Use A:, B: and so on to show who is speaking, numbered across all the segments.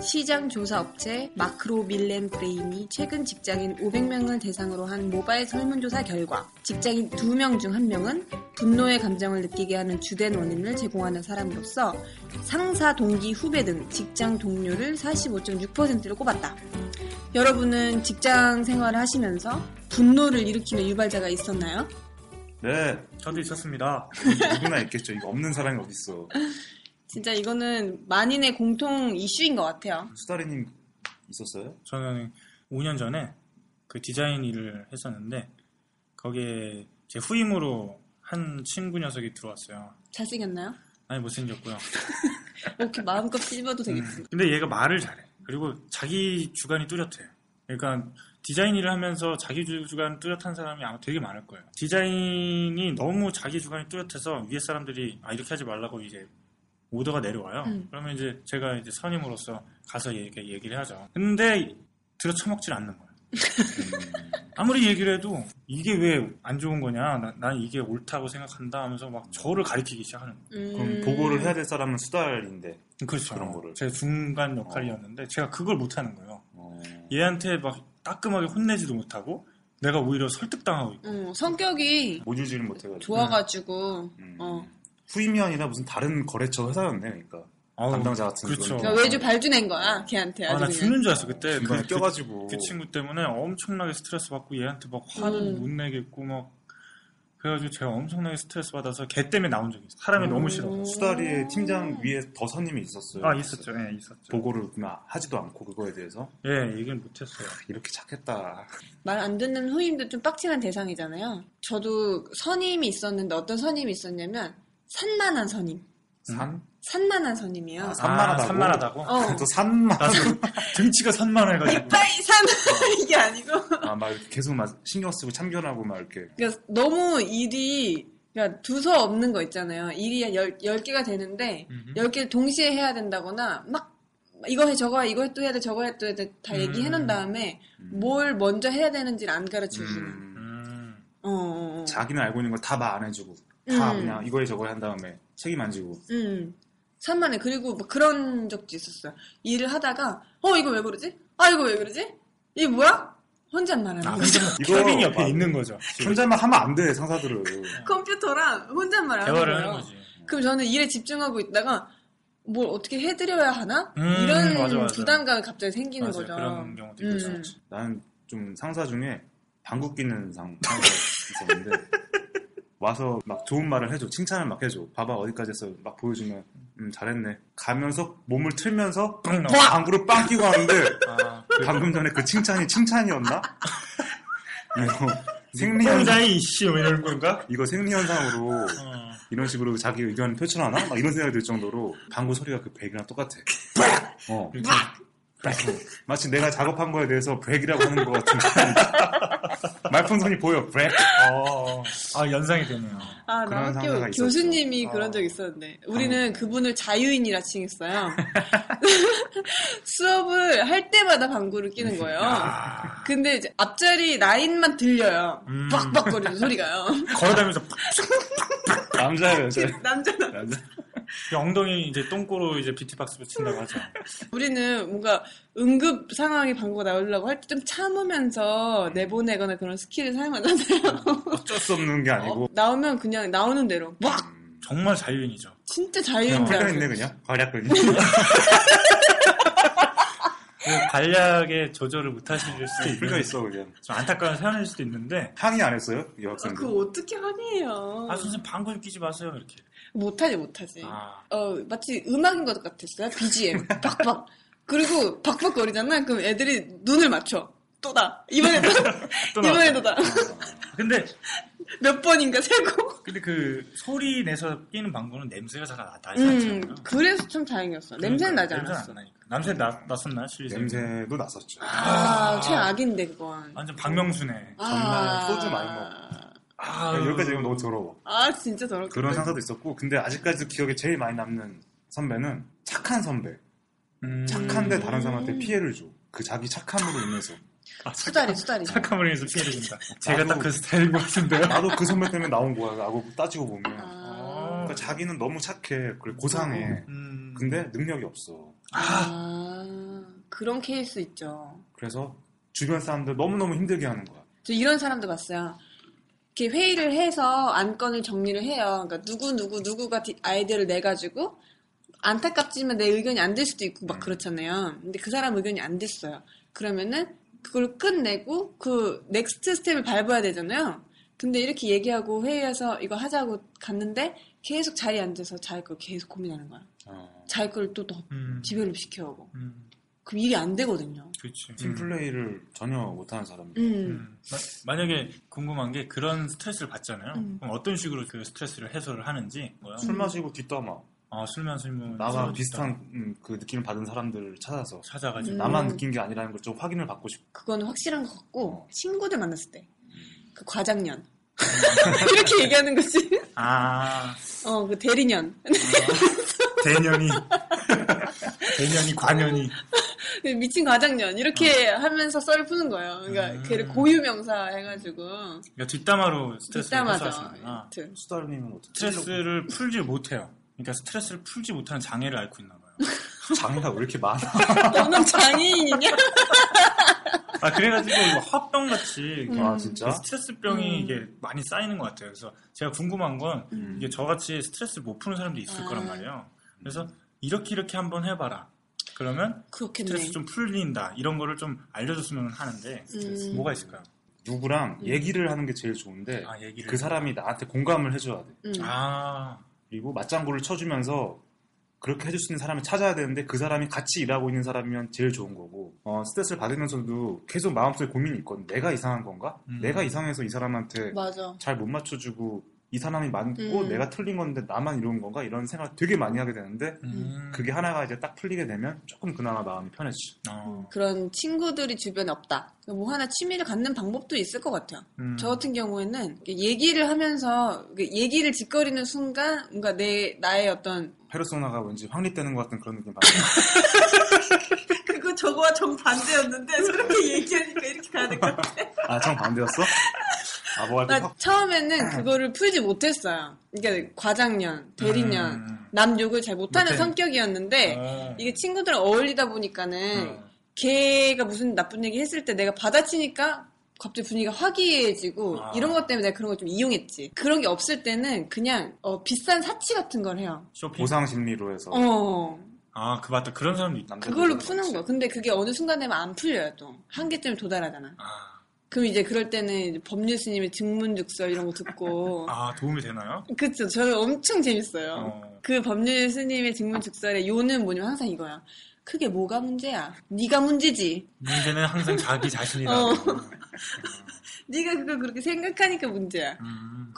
A: 시장 조사 업체 마크로 밀렌 브레인이 최근 직장인 500명을 대상으로 한 모바일 설문조사 결과 직장인 2명 중 1명은 분노의 감정을 느끼게 하는 주된 원인을 제공하는 사람으로서 상사, 동기, 후배 등 직장 동료를 45.6%로 꼽았다. 여러분은 직장 생활을 하시면서 분노를 일으키는 유발자가 있었나요?
B: 네, 저도 있었습니다. 누구나 있겠죠. 이거 없는 사람이 어딨어.
A: 진짜 이거는 만인의 공통 이슈인 것 같아요.
B: 수다리님 있었어요?
C: 저는 5년 전에 그 디자인 일을 했었는데 거기에 제 후임으로 한 친구 녀석이 들어왔어요.
A: 잘생겼나요? 뭐
C: 아니 못생겼고요.
A: 이렇게 마음껏 씹어도 되겠습니다.
C: 근데 얘가 말을 잘해. 그리고 자기 주관이 뚜렷해요. 그러니까 디자인 일을 하면서 자기 주- 주관 뚜렷한 사람이 아마 되게 많을 거예요. 디자인이 너무 자기 주관이 뚜렷해서 위에 사람들이 아 이렇게 하지 말라고 이제 오더가 내려와요.
A: 음.
C: 그러면 이제 제가 이제 선임으로서 가서 얘기, 얘기를 하죠. 근데 들어쳐먹질 않는 거예요. 음. 아무리 얘기를 해도 이게 왜 안 좋은 거냐, 나- 난 이게 옳다고 생각한다 하면서 막 저를 가리키기 시작하는 거예요.
B: 그럼
A: 음.
B: 보고를 해야 될 사람은 수달인데.
C: 그렇죠.
B: 그런 거를.
C: 제 중간 역할이었는데 제가 그걸 못하는 거예요.
B: 어,
C: 얘한테 막 따끔하게 혼내지도 못하고 내가 오히려 설득당하고 있고
A: 어, 성격이
B: 못 유지를 못해가지고.
A: 좋아가지고
B: 음.
A: 어.
B: 후임이 아니라 무슨 다른 거래처 회사였네, 그러니까.
C: 아우,
B: 담당자 같은
C: 그렇죠.
B: 그런
A: 그러니까 외주 발주낸 거야 걔한테
C: 아,
A: 아주
C: 나
A: 그냥.
C: 죽는 줄 알았어
A: 그러니까
C: 그때 그,
B: 중간에
C: 그-
B: 껴가지고.
C: 그 친구 때문에 엄청나게 스트레스 받고 얘한테 막 화도
A: 음.
C: 못 내겠고 막 그래가지고 제가 엄청나게 스트레스 받아서 걔 때문에 나온 적이 있어. 요 사람이 너무
A: 음.
C: 싫어.
B: 수달이의 팀장 위에 더 선임이 있었어요.
C: 아 있었죠, 예 있었죠.
B: 음. 보고를 막 하지도 않고 그거에 대해서
C: 예 얘기를 못했어요.
B: 이렇게 착했다.
A: 말 안 듣는 후임도 좀 빡치는 대상이잖아요 저도 선임이 있었는데 어떤 선임이 있었냐면 산만한 선임
B: 산?
A: 산만한 선임이에요
B: 아, 산만하다고?
C: 아, 산만하다고?
A: 어.
B: 또그 산만.
C: 아, 그 등치가 산만해가지고.
A: 빨리 산만 이게 아니고
B: 아, 막 이렇게 계속 막 신경 쓰고 참견하고 막 이렇게.
A: 그러니까 너무 일이 그러니까 두서 없는 거 있잖아요 일이 열, 열 개가 되는데 열 개를 동시에 해야 된다거나 막 이거 해 저거 해 이거 해 또 해야 돼 저거 해 또 해야 돼 다
C: 음.
A: 얘기해 놓은 다음에
B: 음.
A: 뭘 먼저 해야 되는지를 안 가르쳐 주는
B: 음.
C: 음.
A: 어, 어, 어.
B: 자기는 알고 있는 걸 다 말 안 해주고 다
A: 음.
B: 그냥 이거에 저거에 한 다음에 책임 안 지고
A: 음. 산만해. 그리고 막 그런 적도 있었어요. 일을 하다가, 어, 이거 왜 그러지? 아, 이거 왜 그러지? 이게 뭐야? 혼잣말
C: 아,
A: 하는 거죠.
B: 이거
C: 케빈이 옆에
B: 막
C: 있는 거죠.
B: 혼자만 하면 안 돼 상사들은
A: 컴퓨터랑 혼잣말 하는
C: 대화를 하는
A: 거예요.
C: 거지.
A: 그럼 저는 일에 집중하고 있다가, 뭘 어떻게 해드려야 하나?
C: 음,
A: 이런
C: 맞아, 맞아.
A: 부담감이 갑자기 생기는
C: 맞아요.
A: 거죠.
C: 그런 경우도
A: 음.
C: 있었죠.
B: 난 좀 상사 중에 방귀 뀌는 상- 상사 있었는데 와서 막 좋은 말을 해줘 칭찬을 막 해줘 봐봐 어디까지 했어 막 보여주면 음 잘했네 가면서 몸을 틀면서
C: 뻥 나와.
B: 방구를 빵 끼고 왔는데
C: 아,
B: 방금 전에 그 칭찬이 칭찬이었나? 이거 생리 현상
C: 혼자의 이씨 뭐 이런 건가?
B: 이거 생리 현상으로
C: 어.
B: 이런 식으로 자기 의견 표출하나? 막 이런 생각이 들 정도로 방구 소리가 그 브렉이랑 똑같아. 어.
C: 이렇게
B: 마치 내가 작업한 거에 대해서 브렉이라고 하는 것 같은 그런 말풍선이 보여. 브렉.
C: 어, 아 연상이 되네요.
A: 아, 나
B: 그런
A: 학교
B: 상사가 있었죠. 어.
A: 교수님이
C: 어.
A: 그런 적 있었는데. 우리는 그분을 자유인이라 칭했어요. 수업을 할 때마다 방구를 끼는 거예요. 근데 이제 앞자리 라인만 들려요.
C: 음.
A: 빡빡거리는 소리가요.
C: 걸어다니면서 팍!
B: 남자예요, 여자예요.
A: 남자는.
B: 남자.
C: 이 엉덩이 이제 똥꼬로 이제 비트박스를 친다고 하죠.
A: 우리는 뭔가 응급 상황에 방구가 나오려고 할 때 좀 참으면서
B: 음.
A: 내보내거나 그런 스킬을 사용하잖아요.
B: 어쩔 수 없는 게 아니고.
A: 어, 나오면 그냥 나오는 대로. 막!
B: 음,
C: 정말 자유인이죠.
A: 진짜 자유인
B: 그냥
A: 줄
B: 화가
A: 알았어요. 어.
B: 있네, 그냥. 과략근이.
C: 그 간략의 조절을 못 하실 수도
B: 가
C: 있는
B: 있어, 그냥.
C: 좀 안타까운 사연일 수도 있는데
B: 항의 안 했어요? 이
A: 아,
B: 학생들.
A: 그거 어떻게 하네요.
C: 아 선생님 방금 끼지 마세요 이렇게.
A: 못하지, 못하지.
C: 아,
A: 어, 마치 음악인 것 같았어요. BGM. 박박. 그리고 박박거리잖아? 그럼 애들이 눈을 맞춰. 또다. 이번에도,
C: 또 나왔다.
A: 이번에도다.
C: 근데
A: 몇 번인가 세고.
C: 근데 그 소리 내서 끼는 방구는 냄새가 잘 나- 나지
A: 음,
C: 않잖아요.
A: 그래서 참 다행이었어. 냄새는 나지
C: 냄새는
A: 않았어.
C: 안 나니까. 냄새 나, 났었나? 실리세
B: 냄새도 났었죠.
A: 그 아, 최악인데, 그건.
C: 완전 박명수네.
B: 아, 정말 소주 많이
C: 아,
B: 네, 여기까지 지금 너무 더러워.
A: 아, 진짜 더럽다.
C: 네.
B: 그런 상사도 있었고, 근데 아직까지도 기억에 제일 많이 남는 선배는 착한 선배.
C: 음,
B: 착한데 다른 사람한테 피해를 줘. 그 자기 착함으로 인해서.
C: 아,
A: 수다리, 수다리.
C: 착함을 위해서 피해를 준다. 제가
B: 나도-
C: 딱 그 스타일인 것 같은데요.
B: 나도 그 선배 때문에 나온 거야. 라고 따지고 보면.
A: 아.
B: 그러니까 자기는 너무 착해. 그리고 고상해.
C: 음,
B: 근데 능력이 없어.
A: 아, 그런 케이스 있죠.
B: 그래서 주변 사람들 너무너무 힘들게 하는 거야.
A: 저 이런 사람도 봤어요. 이렇게 회의를 해서 안건을 정리를 해요. 그러니까 누구 누구 누구가 디- 아이디어를 내 가지고 안타깝지만 내 의견이 안 될 수도 있고 막 그렇잖아요. 근데 그 사람 의견이 안 됐어요. 그러면은 그걸 끝내고 그 넥스트 스텝을 밟아야 되잖아요. 근데 이렇게 얘기하고 회의해서 이거 하자고 갔는데 계속 자리에 앉아서 자기 걸 계속 고민하는 거야.
C: 아.
B: 어,
A: 자기 걸 또 더
C: 음,
A: 지배를 시켜오고.
C: 음,
A: 그럼 일이 안 되거든요.
C: 그렇지.
B: 팀플레이를 전혀 못하는 사람이.
A: 음.
C: 음. 마- 만약에 궁금한 게 그런 스트레스를 받잖아요.
A: 음.
C: 그럼 어떤 식으로 그 스트레스를 해소를 하는지 뭐야?
B: 술 마시고 뒷담화.
C: 아 술만 술면
B: 나와 비슷한 음, 그 느낌을 받은 사람들을 찾아서
A: 음.
C: 찾아가지고
B: 나만 느낀 게 아니라는 걸 좀 확인을 받고 싶고
A: 그건 확실한 것 같고
B: 어.
A: 친구들 만났을 때
C: 음.
A: 그 과장년 이렇게 얘기하는 거지
C: 아
A: 어 그 대리년
C: 대년이 대년이 관연이
A: 그 미친 과장년 이렇게 하면서 썰을 푸는 거예요 그러니까
C: 어. 음.
A: 걔를 고유명사 해가지고
C: 그러니까 뒷담화로 스트레스를
A: 뒷담화죠
C: 해소하시는구나.
B: 네.
A: 여튼
B: 수달님은 어떻게
C: 스트레스를 풀지 못해요. 그러니까 스트레스를 풀지 못하는 장애를 앓고 있나 봐요.
B: 장애가 왜 이렇게 많아?
A: 너는 장애인이냐
C: 아 그래가지고 이거 화병 같이
B: 아 진짜?
C: 스트레스병이
A: 음.
C: 이게 많이 쌓이는 것 같아요. 그래서 제가 궁금한 건
A: 음.
C: 이게 저같이 스트레스를 못 푸는 사람도 있을
A: 아.
C: 거란 말이에요. 그래서 이렇게 이렇게 한번 해봐라. 그러면
A: 그렇겠네
C: 스트레스 좀 풀린다. 이런 거를 좀 알려줬으면 하는데
A: 음.
C: 뭐가 있을까요?
B: 누구랑
A: 음.
B: 얘기를 하는 게 제일 좋은데
C: 아 얘기를
B: 그 사람이 나한테 공감을 해줘야 돼
A: 음.
C: 아
B: 그리고 맞장구를 쳐주면서 그렇게 해줄 수 있는 사람을 찾아야 되는데 그 사람이 같이 일하고 있는 사람이면 제일 좋은 거고 어, 스트레스를 받으면서도 계속 마음속에 고민이 있거든 내가 이상한 건가?
C: 음.
B: 내가 이상해서 이 사람한테
A: 맞아
B: 잘 못 맞춰주고 이 사람이 많고
A: 뭐. 음.
B: 내가 틀린 건데 나만 이런 건가? 이런 생각 되게 많이 하게 되는데
C: 음.
B: 그게 하나가 이제 딱 풀리게 되면 조금 그나마 마음이 편해지죠.
C: 어.
A: 그런 친구들이 주변에 없다 뭐 하나 취미를 갖는 방법도 있을 것 같아요
C: 음.
A: 저 같은 경우에는 얘기를 하면서 그 얘기를 짓거리는 순간 뭔가 내 나의 어떤
B: 페르소나가 왠지 확립되는 것 같은 그런 느낌 받아요.
A: 그거 저거와 정 반대였는데 저렇게 얘기하니까 이렇게 가는 거야.
B: 아, 정 반대였어? 아, 뭐가 이렇게
A: 나
B: 확...
A: 처음에는 그거를 풀지 못했어요. 그러니까 과장년, 대리년,
C: 음.
A: 남 욕을 잘 못하는
C: 못해.
A: 성격이었는데
C: 어.
A: 이게 네. 친구들랑 어울리다 보니까는
C: 어.
A: 걔가 무슨 나쁜 얘기 했을 때 내가 받아치니까 갑자기 분위기가 화기애애해지고
C: 아.
A: 이런 것 때문에 내가 그런 걸 좀 이용했지. 그런 게 없을 때는 그냥 어, 비싼 사치 같은 걸 해요.
C: 쇼핑.
B: 보상 심리로 해서
A: 어,
C: 아, 그 맞다. 그런 사람도 있다.
B: 남자들
A: 그걸로
B: 그런
A: 푸는
B: 거지.
A: 거야. 근데 그게 어느 순간 되면 안 풀려요 또. 한계점에 도달하잖아.
C: 아,
A: 그럼 이제 그럴 때는 이제 법률 스님의 증문즉설 이런 거 듣고
C: 아, 도움이 되나요?
A: 그쵸 저는 엄청 재밌어요
C: 어.
A: 그 법률 스님의 증문즉설의 요는 뭐냐면 항상 이거야 그게 뭐가 문제야 네가 문제지
C: 문제는 항상 자기 자신이라고.
A: 어. 네가 그걸 그렇게 생각하니까 문제야
C: 음,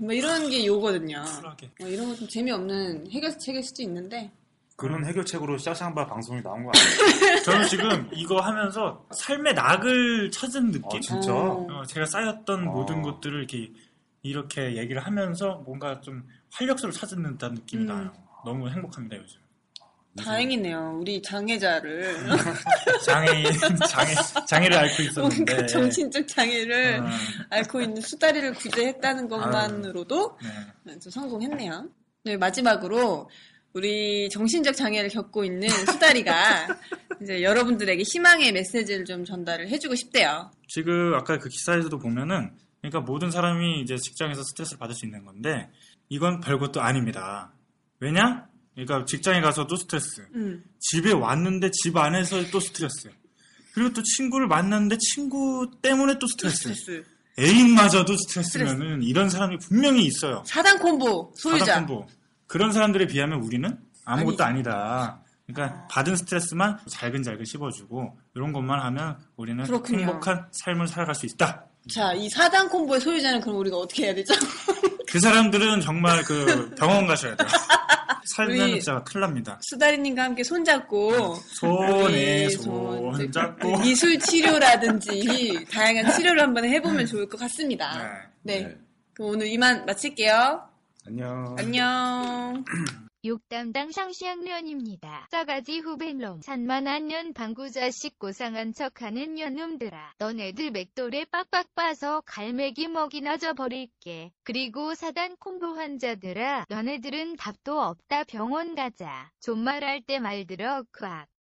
A: 뭐 이런 게 요거든요
C: 쿨하게.
A: 뭐 이런 거 좀 재미없는 해결책일 수도 있는데
B: 그런 해결책으로 짜샹바 방송이 나온 거 아니에요?
C: 저는 지금 이거 하면서 삶의 낙을 찾은 느낌?
B: 아, 진짜?
A: 어.
C: 어, 제가 쌓였던
B: 어.
C: 모든 것들을 이렇게, 이렇게 얘기를 하면서 뭔가 좀 활력소를 찾은 듯한 느낌이
A: 음.
C: 나요. 너무 행복합니다, 요즘.
A: 다행이네요 우리 장애자를
C: 장애인, 장애, 장애를 앓고
A: 뭔가
C: 있었는데.
A: 정신적 장애를
C: 어,
A: 앓고 있는 수다리를 구제했다는 것만으로도
C: 네.
A: 좀 성공했네요. 네, 마지막으로 우리 정신적 장애를 겪고 있는 수다리가 이제 여러분들에게 희망의 메시지를 좀 전달을 해주고 싶대요.
C: 지금 아까 그 기사에서도 보면은 그러니까 모든 사람이 이제 직장에서 스트레스를 받을 수 있는 건데 이건 별것도 아닙니다. 왜냐? 그러니까 직장에 가서도 스트레스,
A: 음.
C: 집에 왔는데 집 안에서 또 스트레스, 그리고 또 친구를 만났는데 친구 때문에 또 스트레스,
A: 스트레스.
C: 애인마저도 스트레스면은 이런 사람이 분명히 있어요.
A: 사단 콤보 소유자.
C: 사단 콤보. 그런 사람들에 비하면 우리는 아무것도 아니다 그러니까 받은 스트레스만 잘근잘근 씹어주고 이런 것만 하면 우리는
A: 그렇군요.
C: 행복한 삶을 살아갈 수 있다.
A: 자, 이 4단 콤보의 소유자는 그럼 우리가 어떻게 해야 되죠?
C: 그 사람들은 정말 그 병원 가셔야 돼요. 살면
A: 우리-
C: 진짜 큰일 납니다.
A: 수다리님과 함께 손잡고
C: 손에
A: 우리
C: 손
A: 손-
C: 잡고
A: 미술 치료라든지 다양한 치료를 한번 해보면 좋을 것 같습니다. 네. 그럼 오늘 이만 마칠게요.
B: 안녕.
A: 안녕.
D: 욕담당 상시학년입니다. 싸가지 후배놈 산만한 년 방구자식 고상한 척하는 년놈들아. 너네들 맥돌에 빡빡 빠서 갈매기 먹이나 져버릴게. 그리고 사단 콤보 환자들아 너네들은 답도 없다 병원 가자. 존말할 때 말 들어 꽉.